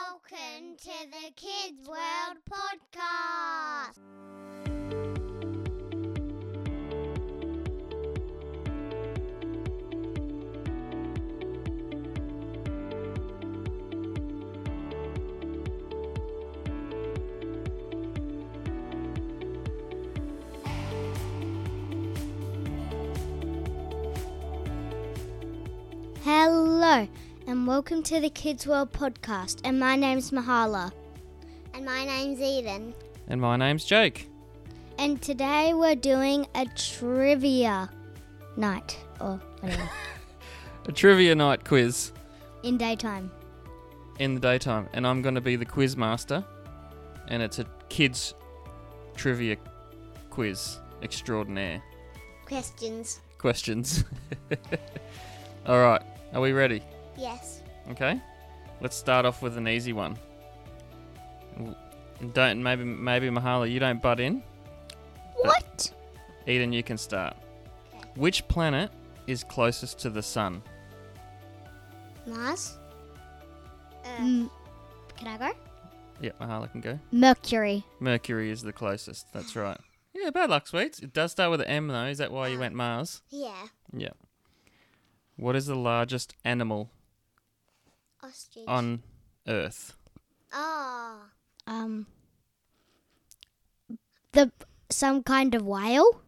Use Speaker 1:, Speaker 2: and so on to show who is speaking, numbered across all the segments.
Speaker 1: Welcome to the Kids World Podcast. Hello, and welcome to the Kids World Podcast. And my name's Mahala. And my name's Eden.
Speaker 2: And my name's Jake.
Speaker 1: And today we're doing a trivia night, or whatever,
Speaker 2: A trivia night quiz
Speaker 1: in daytime.
Speaker 2: in the daytime, and I'm going to be the quiz master, and it's a kids trivia quiz extraordinaire
Speaker 1: Questions?
Speaker 2: questions. All right, are we ready?
Speaker 1: Yes.
Speaker 2: Okay. Let's start off with an easy one. W- Don't maybe maybe Mahala, you don't butt in.
Speaker 1: What?
Speaker 2: Eden, you can start. Which planet is closest to the sun?
Speaker 1: Mars? can I go?
Speaker 2: Yep, Mahala can go.
Speaker 1: Mercury.
Speaker 2: Mercury is the closest. That's right. Yeah, bad luck, sweets. It does start with an M, though. Is that why you went Mars?
Speaker 1: Yeah.
Speaker 2: Yeah. What is the largest animal
Speaker 1: Ostrich.
Speaker 2: on Earth?
Speaker 1: Oh. Um. The some kind of whale.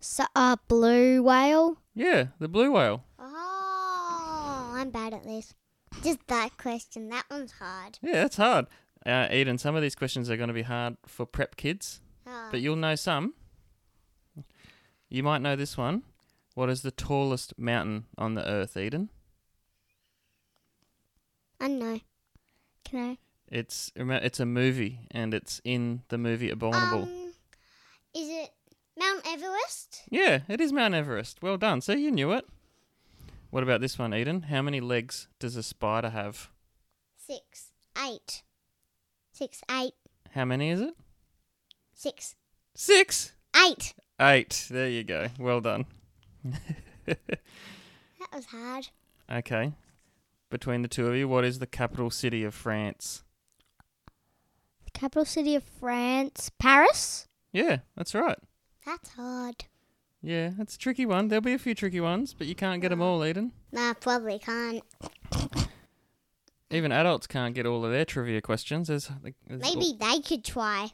Speaker 1: So, uh, blue whale.
Speaker 2: Yeah, the blue whale.
Speaker 1: Oh, I'm bad at this. Just that question. That one's hard.
Speaker 2: Yeah, that's hard. Uh, Eden, some of these questions are going to be hard for prep kids,
Speaker 1: Oh.
Speaker 2: but you'll know some. You might know this one. What is the tallest mountain on the Earth, Eden?
Speaker 1: I know. Can I?
Speaker 2: It's it's a movie, and it's in the movie
Speaker 1: Um,
Speaker 2: Abominable.
Speaker 1: is it Mount Everest?
Speaker 2: Yeah, it is Mount Everest. Well done. See, you knew it. What about this one, Eden? How many legs does a spider have?
Speaker 1: Six, eight, six, eight,
Speaker 2: How many is it?
Speaker 1: six,
Speaker 2: Six.
Speaker 1: eight.
Speaker 2: Eight. There you go. Well done.
Speaker 1: That was hard.
Speaker 2: Okay. Between the two of you, what is the capital city of France?
Speaker 1: Capital city of France, Paris.
Speaker 2: Yeah, that's right.
Speaker 1: That's hard.
Speaker 2: Yeah, that's a tricky one. There'll be a few tricky ones, but you can't get them all, Eden.
Speaker 1: Nah, probably can't.
Speaker 2: Even adults can't get all of their trivia questions. There's, there's
Speaker 1: Maybe they could try.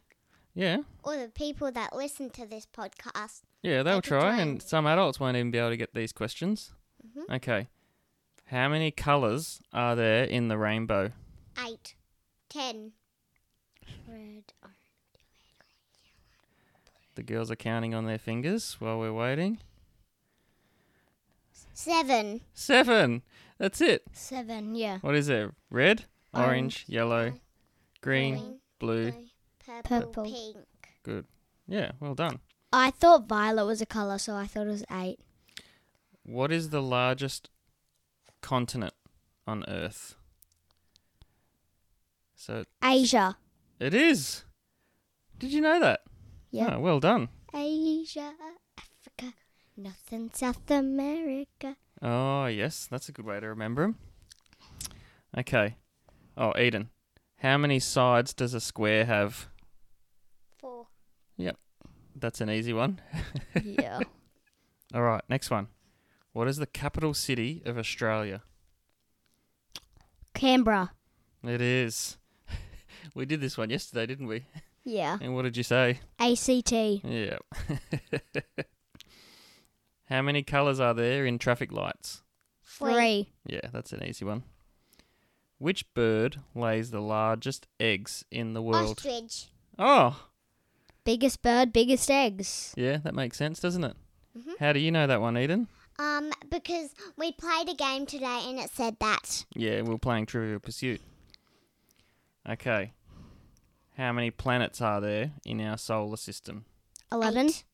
Speaker 2: Yeah,
Speaker 1: Or the people that listen to this podcast.
Speaker 2: yeah, they'll
Speaker 1: could
Speaker 2: try,
Speaker 1: try
Speaker 2: and
Speaker 1: and-
Speaker 2: some adults won't even be able to get these questions.
Speaker 1: Mm-hmm.
Speaker 2: Okay. How many colours are there in the rainbow?
Speaker 1: Eight, ten. Red.
Speaker 2: The girls are counting on their fingers while we're waiting.
Speaker 1: Seven.
Speaker 2: Seven! That's it.
Speaker 1: Seven, yeah.
Speaker 2: What is it? Red, orange, yellow, green,
Speaker 1: green,
Speaker 2: blue.
Speaker 1: Purple,
Speaker 3: Purple.
Speaker 1: pink.
Speaker 2: Good. Yeah, well done.
Speaker 3: I thought violet was a colour, so I thought it was eight.
Speaker 2: What is the largest continent on Earth? So
Speaker 3: Asia.
Speaker 2: it is. Did you know that?
Speaker 3: Yeah.
Speaker 2: Oh, well done.
Speaker 1: Asia, Africa,
Speaker 3: Nothing South America.
Speaker 2: Oh, yes, that's a good way to remember 'em. Okay. Oh, Eden, how many sides does a square have?
Speaker 1: four.
Speaker 2: That's an easy one.
Speaker 3: yeah.
Speaker 2: All right, next one. What is the capital city of Australia?
Speaker 3: Canberra.
Speaker 2: It is. we did this one yesterday, didn't we?
Speaker 3: Yeah.
Speaker 2: And what did you say?
Speaker 3: ACT.
Speaker 2: Yeah. how many colours are there in traffic lights?
Speaker 3: Three.
Speaker 2: Yeah, that's an easy one. Which bird lays the largest eggs in the world?
Speaker 1: Ostrich.
Speaker 2: Oh,
Speaker 3: Biggest bird, biggest eggs.
Speaker 2: Yeah, that makes sense, doesn't it?
Speaker 1: Mhm.
Speaker 2: How do you know that one, Eden?
Speaker 1: Um, because we played a game today and it said that.
Speaker 2: Yeah, we we're playing Trivial Pursuit. Okay. How many planets are there in our solar system?
Speaker 3: Eleven.
Speaker 1: Eight.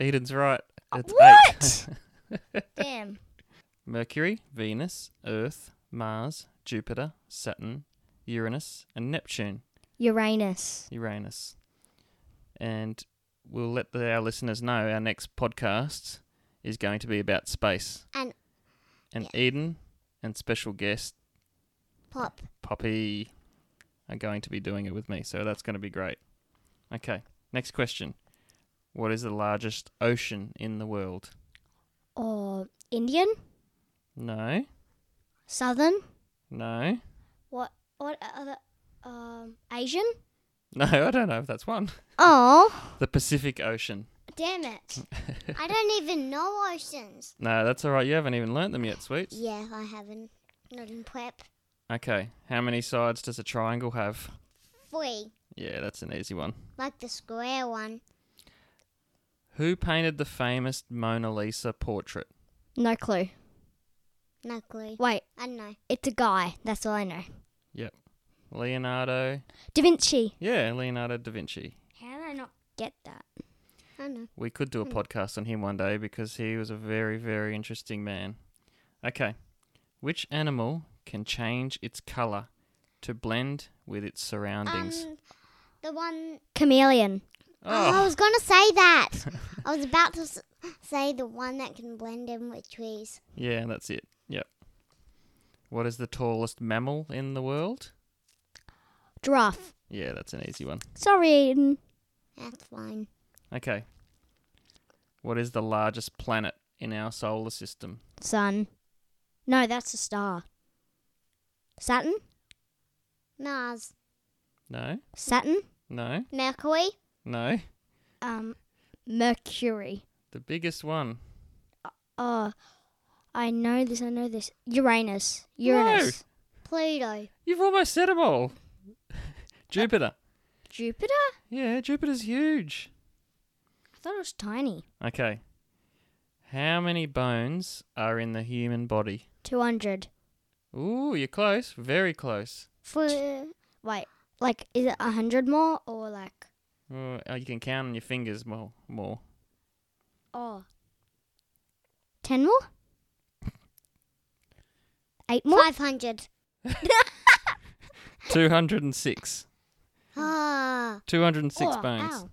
Speaker 2: Eden's right. It's
Speaker 3: what?
Speaker 2: eight.
Speaker 3: Damn.
Speaker 2: Mercury, Venus, Earth, Mars, Jupiter, Saturn, Uranus, and Neptune.
Speaker 3: Uranus.
Speaker 2: Uranus. And we'll let the, our listeners know our next podcast is going to be about space.
Speaker 1: And-
Speaker 2: and Eden and special guest
Speaker 1: Pop.
Speaker 2: Poppy are going to be doing it with me, so that's going to be great. Okay, next question. What is the largest ocean in the world?
Speaker 3: Or Indian?
Speaker 2: No,
Speaker 3: Southern?
Speaker 2: no,
Speaker 3: What? What other? Um, Asian?
Speaker 2: no, I don't know if that's one.
Speaker 3: Oh,
Speaker 2: The Pacific Ocean.
Speaker 3: damn it!
Speaker 1: I don't even know oceans.
Speaker 2: No, that's all right. You haven't even learnt them yet, sweets.
Speaker 1: Yeah, I haven't. Not in prep.
Speaker 2: Okay, how many sides does a triangle have?
Speaker 1: Three.
Speaker 2: Yeah, that's an easy one.
Speaker 1: Like the square one.
Speaker 2: Who painted the famous Mona Lisa portrait?
Speaker 3: No clue.
Speaker 1: No clue.
Speaker 3: Wait,
Speaker 1: I don't know.
Speaker 3: it's a guy. That's all I know.
Speaker 2: Leonardo.
Speaker 3: Da Vinci.
Speaker 2: Yeah, Leonardo da Vinci.
Speaker 3: How did I not get that?
Speaker 1: I don't know.
Speaker 2: We could do a
Speaker 1: Hmm.
Speaker 2: podcast on him one day because he was a very, very interesting man. Okay. Which animal can change its colour to blend with its surroundings?
Speaker 1: Um, the one.
Speaker 3: Chameleon.
Speaker 1: Oh, I
Speaker 2: oh,
Speaker 1: was gonna say that. I was about to s- say the one that can blend in with trees.
Speaker 2: yeah, that's it. Yep. What is the tallest mammal in the world?
Speaker 3: Giraffe.
Speaker 2: Yeah, that's an easy one.
Speaker 3: Sorry, Eden.
Speaker 1: That's fine.
Speaker 2: Okay. What is the largest planet in our solar system?
Speaker 3: Sun. No, that's a star. Saturn?
Speaker 1: Mars,
Speaker 2: No,
Speaker 3: Saturn?
Speaker 2: no,
Speaker 1: Mercury,
Speaker 2: no.
Speaker 3: Um, Mercury.
Speaker 2: The biggest one.
Speaker 3: Oh, I know this. I know this. Uranus. Uranus.
Speaker 1: Pluto,
Speaker 2: You've almost said them all. Jupiter.
Speaker 3: Jupiter?
Speaker 2: Yeah, Jupiter's huge.
Speaker 3: I thought it was tiny.
Speaker 2: Okay. How many bones are in the human body?
Speaker 3: 200.
Speaker 2: Ooh, you're close. Very close.
Speaker 1: Fru-
Speaker 3: Wait, like, is it 100 more or like.
Speaker 2: Oh, you can count on your fingers more. More.
Speaker 3: Oh. 10 more? 8 more?
Speaker 1: five hundred.
Speaker 2: 206.
Speaker 1: Ah,
Speaker 2: 206
Speaker 3: Oh,
Speaker 2: bones.
Speaker 3: ow.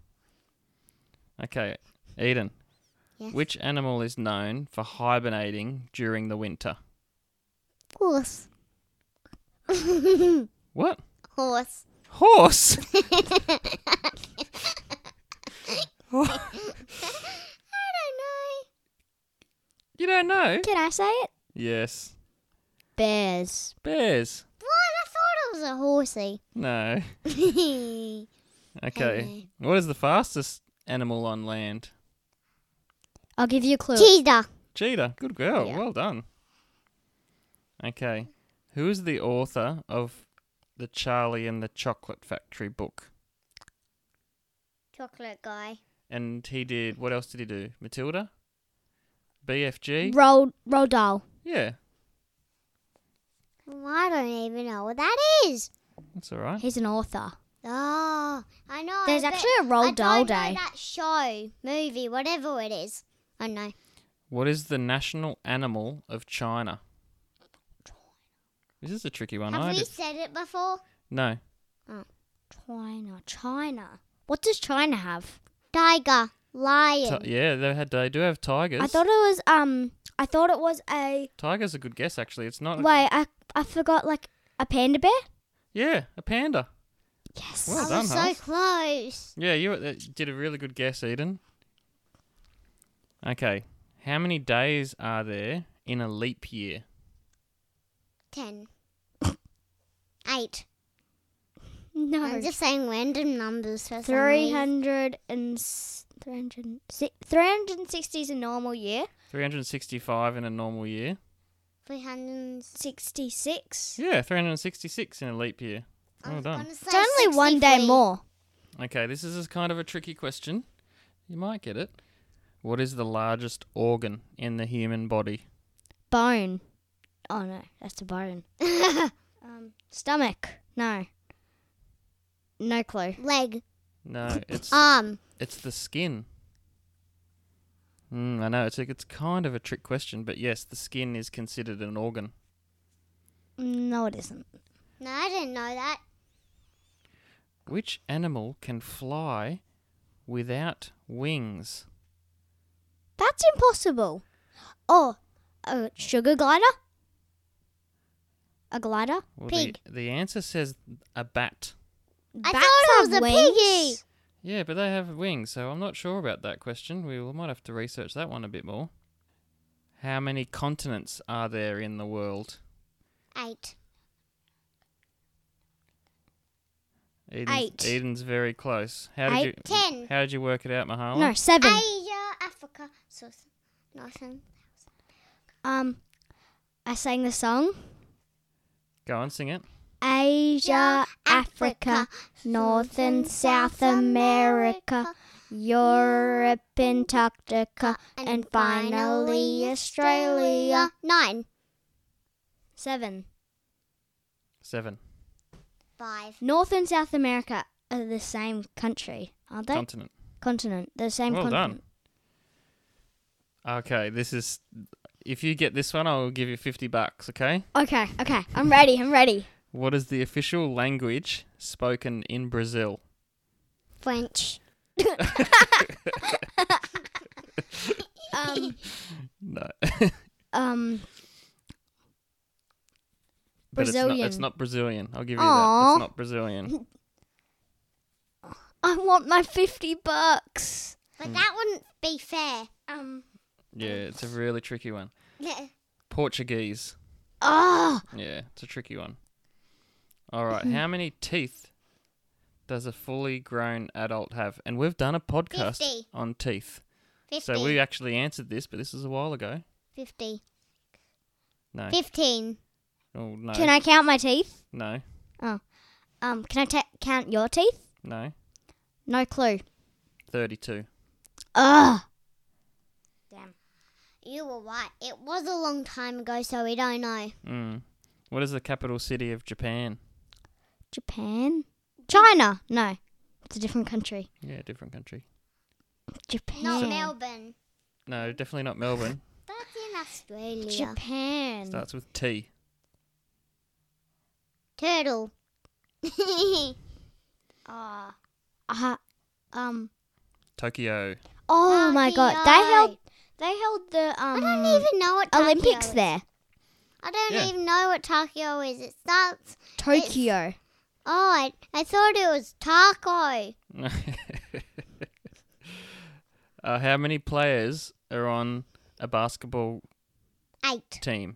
Speaker 2: Okay. Eden,
Speaker 1: yes.
Speaker 2: which animal is known for hibernating during the winter?
Speaker 1: horse?
Speaker 2: What?
Speaker 1: horse.
Speaker 2: Horse?
Speaker 1: I don't know.
Speaker 2: You don't know?
Speaker 3: Can I say it?
Speaker 2: Yes.
Speaker 3: Bears.
Speaker 2: Bears.
Speaker 1: What? I thought it was a horsey.
Speaker 2: No.
Speaker 1: okay.
Speaker 2: Okay. What is the fastest animal on land?
Speaker 3: I'll give you a clue.
Speaker 1: Cheetah.
Speaker 2: Cheetah. Good girl.
Speaker 3: Yeah.
Speaker 2: Well done. Okay. Who is the author of the Charlie and the Chocolate Factory book?
Speaker 1: Chocolate guy.
Speaker 2: And he did. What else did he do? Matilda. BFG.
Speaker 3: Roll, roll doll.
Speaker 2: Yeah,
Speaker 1: I don't even know what that is.
Speaker 2: that's all right.
Speaker 3: He's an author.
Speaker 1: Oh, I know.
Speaker 3: There's
Speaker 1: but
Speaker 3: actually a roll
Speaker 1: I
Speaker 3: doll
Speaker 1: don't know
Speaker 3: day.
Speaker 1: that show, movie, whatever it is. I know.
Speaker 2: What is the national animal of China? This is a tricky one. I
Speaker 1: Have we
Speaker 2: did-
Speaker 1: said it before?
Speaker 2: No.
Speaker 3: China. China. What does China have?
Speaker 1: Tiger, lion.
Speaker 2: Ti- yeah, they had. They do have tigers.
Speaker 3: I thought it was um. I thought it was a
Speaker 2: tigers a good guess actually. It's not.
Speaker 3: wait. I I forgot like a panda bear.
Speaker 2: Yeah, a panda.
Speaker 3: Yes.
Speaker 2: Well
Speaker 1: I
Speaker 2: done,
Speaker 1: was so
Speaker 2: Huff.
Speaker 1: close.
Speaker 2: Yeah, you uh, did a really good guess, Eden. Okay, how many days are there in a leap year?
Speaker 1: Ten. Eight.
Speaker 3: No.
Speaker 1: I'm just saying random numbers for some
Speaker 3: Three
Speaker 1: reason.
Speaker 3: hundred and three hundred three hundred and sixty is a normal year.
Speaker 2: 365 in a normal year.
Speaker 1: 300.
Speaker 3: Sixty six.
Speaker 2: Yeah, 366 in a leap year. Well
Speaker 1: was
Speaker 2: done.
Speaker 1: gonna say
Speaker 3: It's only one day
Speaker 1: 63.
Speaker 3: more.
Speaker 2: Okay, this is a kind of a tricky question. You might get it. What is the largest organ in the human body?
Speaker 3: Bone. Oh no, that's a bone. um, stomach. No. No clue.
Speaker 1: Leg,
Speaker 2: No, it's
Speaker 1: arm.
Speaker 2: it's the skin. Mm, I know it's a, it's kind of a trick question, but yes, the skin is considered an organ.
Speaker 3: No, it isn't.
Speaker 1: No, I didn't know that.
Speaker 2: Which animal can fly without wings?
Speaker 3: That's impossible. Oh, a sugar glider. A glider?
Speaker 2: Well,
Speaker 1: Pig.
Speaker 2: The, the answer says a bat.
Speaker 1: I
Speaker 3: Bats
Speaker 1: thought it was a
Speaker 3: have wings?
Speaker 1: piggy.
Speaker 2: Yeah, but they have wings, so I'm not sure about that question. We will- might have to research that one a bit more. How many continents are there in the world?
Speaker 1: Eight.
Speaker 2: Eden's,
Speaker 3: Eight.
Speaker 2: Eden's very close. How did
Speaker 3: Eight.
Speaker 2: you
Speaker 1: Ten.
Speaker 2: How did you work it out, Mahala?
Speaker 3: No, seven.
Speaker 1: Asia, Africa, so nothing.
Speaker 3: Um, I sang the song.
Speaker 2: Go on, sing it.
Speaker 3: Asia, Africa, North and South America, Europe, Antarctica, and finally Australia.
Speaker 1: Nine.
Speaker 3: Seven.
Speaker 2: Seven
Speaker 1: Five.
Speaker 3: North and South America are the same country, aren't they?
Speaker 2: continent.
Speaker 3: continent. The same
Speaker 2: Well
Speaker 3: continent.
Speaker 2: Okay, this is. If you get this one, I'll give you fifty bucks. Okay.
Speaker 3: Okay, okay. I'm ready. I'm ready.
Speaker 2: What is the official language spoken in Brazil?
Speaker 1: French.
Speaker 3: Um,
Speaker 2: No,
Speaker 3: um,
Speaker 2: but it's not. It's
Speaker 3: Brazilian.
Speaker 2: not Brazilian. I'll give you that.
Speaker 3: Aw.
Speaker 2: It's not Brazilian.
Speaker 3: I want my 50 bucks.
Speaker 1: But that wouldn't be fair.
Speaker 3: Um,
Speaker 2: Yeah, it's a really tricky one. Portuguese.
Speaker 3: oh,
Speaker 2: Yeah, it's a tricky one. All right, how many teeth does a fully grown adult have? And we've done a podcast
Speaker 1: 50.
Speaker 2: on teeth.
Speaker 1: Fifty.
Speaker 2: So we actually answered this, but this is a while ago.
Speaker 1: Fifty.
Speaker 2: No.
Speaker 1: Fifteen.
Speaker 2: Oh, no.
Speaker 3: can I count my teeth?
Speaker 2: no.
Speaker 3: Um, can I ta- count your teeth?
Speaker 2: No.
Speaker 3: No clue.
Speaker 2: 32.
Speaker 3: Ugh.
Speaker 1: You were right. It was a long time ago, so we don't know.
Speaker 2: Mm. What is the capital city of Japan?
Speaker 3: Japan? China? No. It's a different country.
Speaker 2: Yeah, different country.
Speaker 3: Japan.
Speaker 1: Not Melbourne.
Speaker 2: No, definitely not Melbourne.
Speaker 1: That's in Australia.
Speaker 3: Japan.
Speaker 2: Starts with T.
Speaker 1: Turtle.
Speaker 3: Ah. Uh, um.
Speaker 2: Tokyo.
Speaker 3: Oh my god. They held.
Speaker 1: Tokyo.
Speaker 3: They held the
Speaker 1: I
Speaker 3: um.
Speaker 1: don't even know what Tokyo
Speaker 3: Olympics
Speaker 1: is.
Speaker 3: there.
Speaker 1: I don't
Speaker 2: Yeah.
Speaker 1: even know what Tokyo is. It starts.
Speaker 3: Tokyo.
Speaker 1: Oh, I, I thought it was taco.
Speaker 2: uh, how many players are on a basketball
Speaker 1: Eight.
Speaker 2: team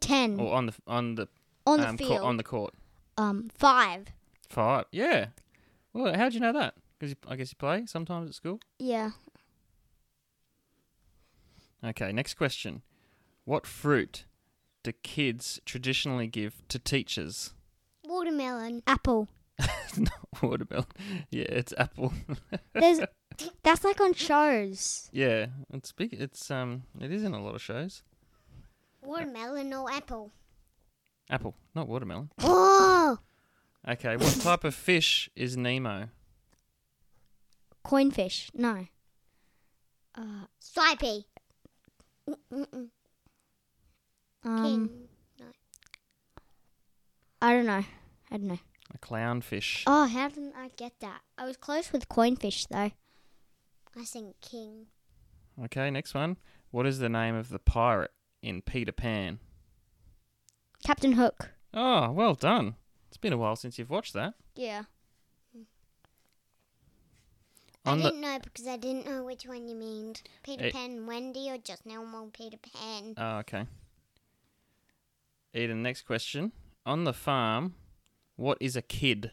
Speaker 3: Ten
Speaker 2: or on the on the
Speaker 3: Mm. on the
Speaker 2: um, cour-
Speaker 3: field.
Speaker 2: on the court?
Speaker 3: um, five.
Speaker 2: Five. Yeah. Well, how'd you know that? Because I guess you play sometimes at school.
Speaker 3: Yeah.
Speaker 2: Okay. Next question. What fruit do kids traditionally give to teachers?
Speaker 1: Watermelon.
Speaker 3: Apple.
Speaker 2: Not watermelon. Yeah, it's apple.
Speaker 3: There's. that's like on shows.
Speaker 2: yeah, it's big. It's um, it is in a lot of shows.
Speaker 1: Watermelon or apple.
Speaker 2: Apple, not watermelon.
Speaker 1: Oh,
Speaker 2: Okay. What type of fish is Nemo?
Speaker 3: Coinfish. No. Uh,
Speaker 1: stripy. Mm-mm.
Speaker 3: um. I don't know. I don't know.
Speaker 2: A clownfish.
Speaker 3: Oh, how didn't I get that? I was close with coinfish though.
Speaker 1: I think king.
Speaker 2: Okay. Next one. What is the name of the pirate in Peter Pan?
Speaker 3: Captain Hook.
Speaker 2: Oh, well done. It's been a while since you've watched that.
Speaker 3: Yeah.
Speaker 1: I
Speaker 2: On the
Speaker 1: didn't know because I didn't know which one you meant. Peter
Speaker 2: Eight.
Speaker 1: Pan and Wendy or just normal Peter Pan.
Speaker 2: Oh, okay. Eden, next question. On the farm, what is a kid?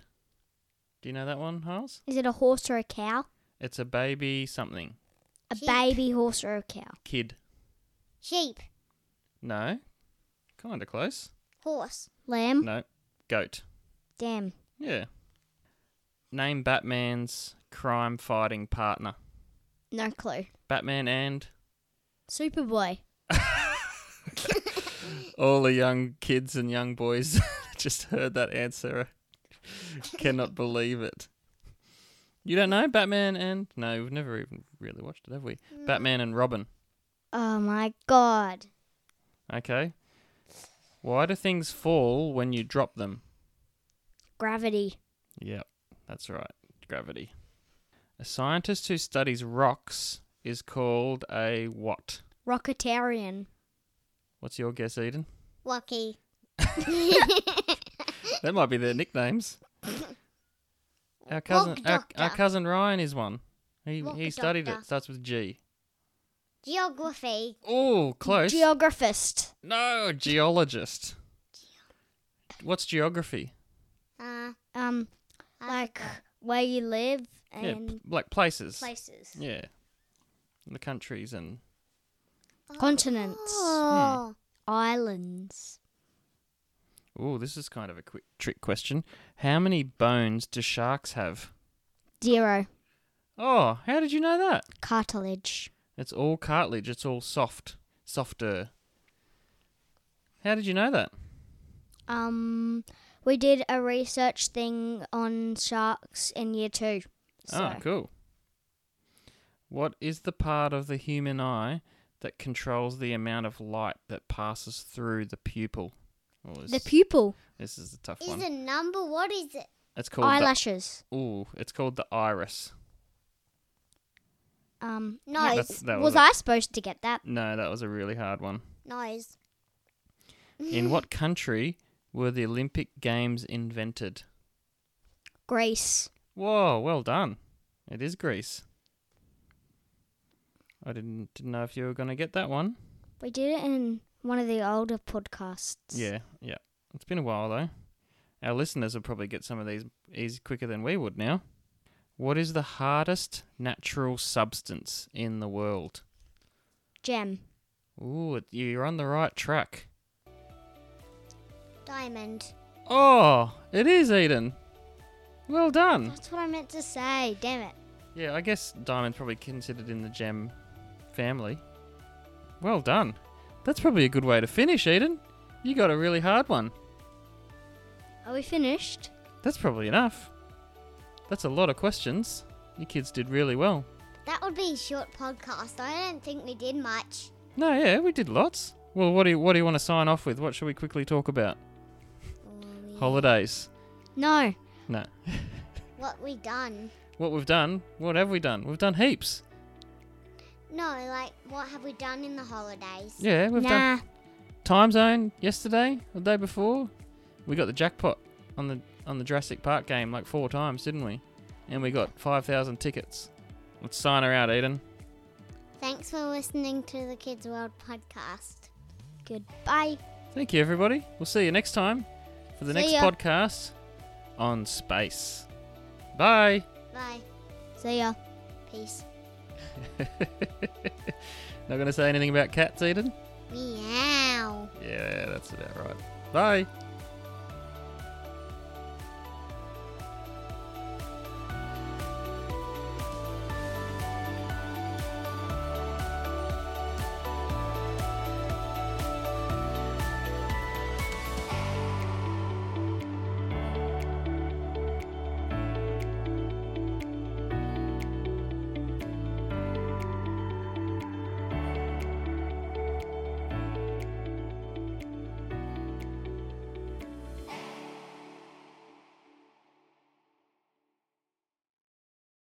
Speaker 2: Do you know that one, Hiles?
Speaker 3: Is it a horse or a cow?
Speaker 2: It's a baby something.
Speaker 3: A
Speaker 1: Sheep.
Speaker 3: baby horse or a cow?
Speaker 2: Kid.
Speaker 1: Sheep.
Speaker 2: No. Kind of close.
Speaker 1: Horse.
Speaker 3: Lamb.
Speaker 2: No. Goat.
Speaker 3: Damn.
Speaker 2: Yeah. Name Batman's crime fighting partner.
Speaker 3: No clue.
Speaker 2: Batman and
Speaker 3: Superboy.
Speaker 2: all the young kids and young boys just heard that answer. Cannot believe it. You don't know Batman and no, we've never even really watched it, have we? Batman and Robin.
Speaker 3: Oh my god.
Speaker 2: Okay. Why do things fall when you drop them?
Speaker 3: Gravity.
Speaker 2: Yep, that's right. Gravity. A scientist who studies rocks is called a what?
Speaker 3: Rocketarian.
Speaker 2: What's your guess, Eden?
Speaker 1: Rocky.
Speaker 2: That might be their nicknames. Our cousin, our, our
Speaker 1: Doctor.
Speaker 2: cousin Ryan is one. He
Speaker 1: Rock
Speaker 2: he studied
Speaker 1: Doctor.
Speaker 2: it. Starts with G.
Speaker 1: Geography.
Speaker 2: Oh, close.
Speaker 3: Geographist.
Speaker 2: no, geologist. What's geography?
Speaker 1: Uh,
Speaker 3: Um, like
Speaker 1: Africa.
Speaker 3: where you live
Speaker 2: Yeah, p-
Speaker 3: and
Speaker 2: like places.
Speaker 1: places.
Speaker 2: Yeah, the countries and
Speaker 3: continents,
Speaker 1: Oh.
Speaker 3: islands.
Speaker 2: oh, this is kind of a quick trick question. How many bones do sharks have?
Speaker 3: Zero.
Speaker 2: Oh, how did you know that?
Speaker 3: Cartilage.
Speaker 2: It's all cartilage. It's all soft, softer. How did you know that?
Speaker 3: Um, we did a research thing on sharks in year two. So
Speaker 2: Ah, cool. What is the part of the human eye that controls the amount of light that passes through the pupil? Oh, this,
Speaker 3: the pupil,
Speaker 2: this is a tough
Speaker 1: Is
Speaker 2: one.
Speaker 1: a number? What is it?
Speaker 2: It's called
Speaker 3: eyelashes.
Speaker 2: the ooh, it's called the iris.
Speaker 3: Um,
Speaker 1: Nose.
Speaker 2: That's, that
Speaker 3: was
Speaker 2: was a-
Speaker 3: I supposed to get that?
Speaker 2: no, that was a really hard one.
Speaker 1: Nose.
Speaker 2: In what country were the Olympic Games invented?
Speaker 3: Greece.
Speaker 2: Whoa, well done. It is Greece. I didn't didn't know if you were going to get that one.
Speaker 3: We did it in one of the older podcasts.
Speaker 2: Yeah, yeah. It's been a while though. Our listeners will probably get some of these easy quicker than we would now. What is the hardest natural substance in the world?
Speaker 3: Gem.
Speaker 2: Ooh, it- you're on the right track.
Speaker 1: Diamond.
Speaker 2: Oh, it is Eden. Well done.
Speaker 1: That's what I meant to say. Damn it.
Speaker 2: Yeah, I guess diamond's probably considered in the gem family. Well done. That's probably a good way to finish, Eden. You got a really hard one.
Speaker 3: Are we finished?
Speaker 2: That's probably enough. That's a lot of questions. You kids did really well.
Speaker 1: That would be a short podcast. I don't think we did much.
Speaker 2: No, yeah, we did lots. Well, what do you, what do you want to sign off with? What should we quickly talk about? Holidays.
Speaker 3: No.
Speaker 2: No.
Speaker 1: What we done?
Speaker 2: What we've done? What have we done? We've done heaps.
Speaker 1: No, like what have we done in the holidays?
Speaker 2: Yeah, we've done
Speaker 3: nah.
Speaker 2: time zone yesterday, the day before. We got the jackpot on the on the Jurassic Park game like four times, didn't we? And we got five thousand tickets. Let's sign her out, Eden.
Speaker 1: Thanks for listening to the Kids World podcast.
Speaker 3: Goodbye.
Speaker 2: Thank you, everybody. We'll see you next time for the
Speaker 1: See
Speaker 2: next
Speaker 1: ya.
Speaker 2: podcast on space. Bye.
Speaker 1: Bye.
Speaker 3: See ya.
Speaker 1: Peace.
Speaker 2: Not gonna say anything about cats, Eden.
Speaker 1: Meow.
Speaker 2: Yeah, that's about right. Bye.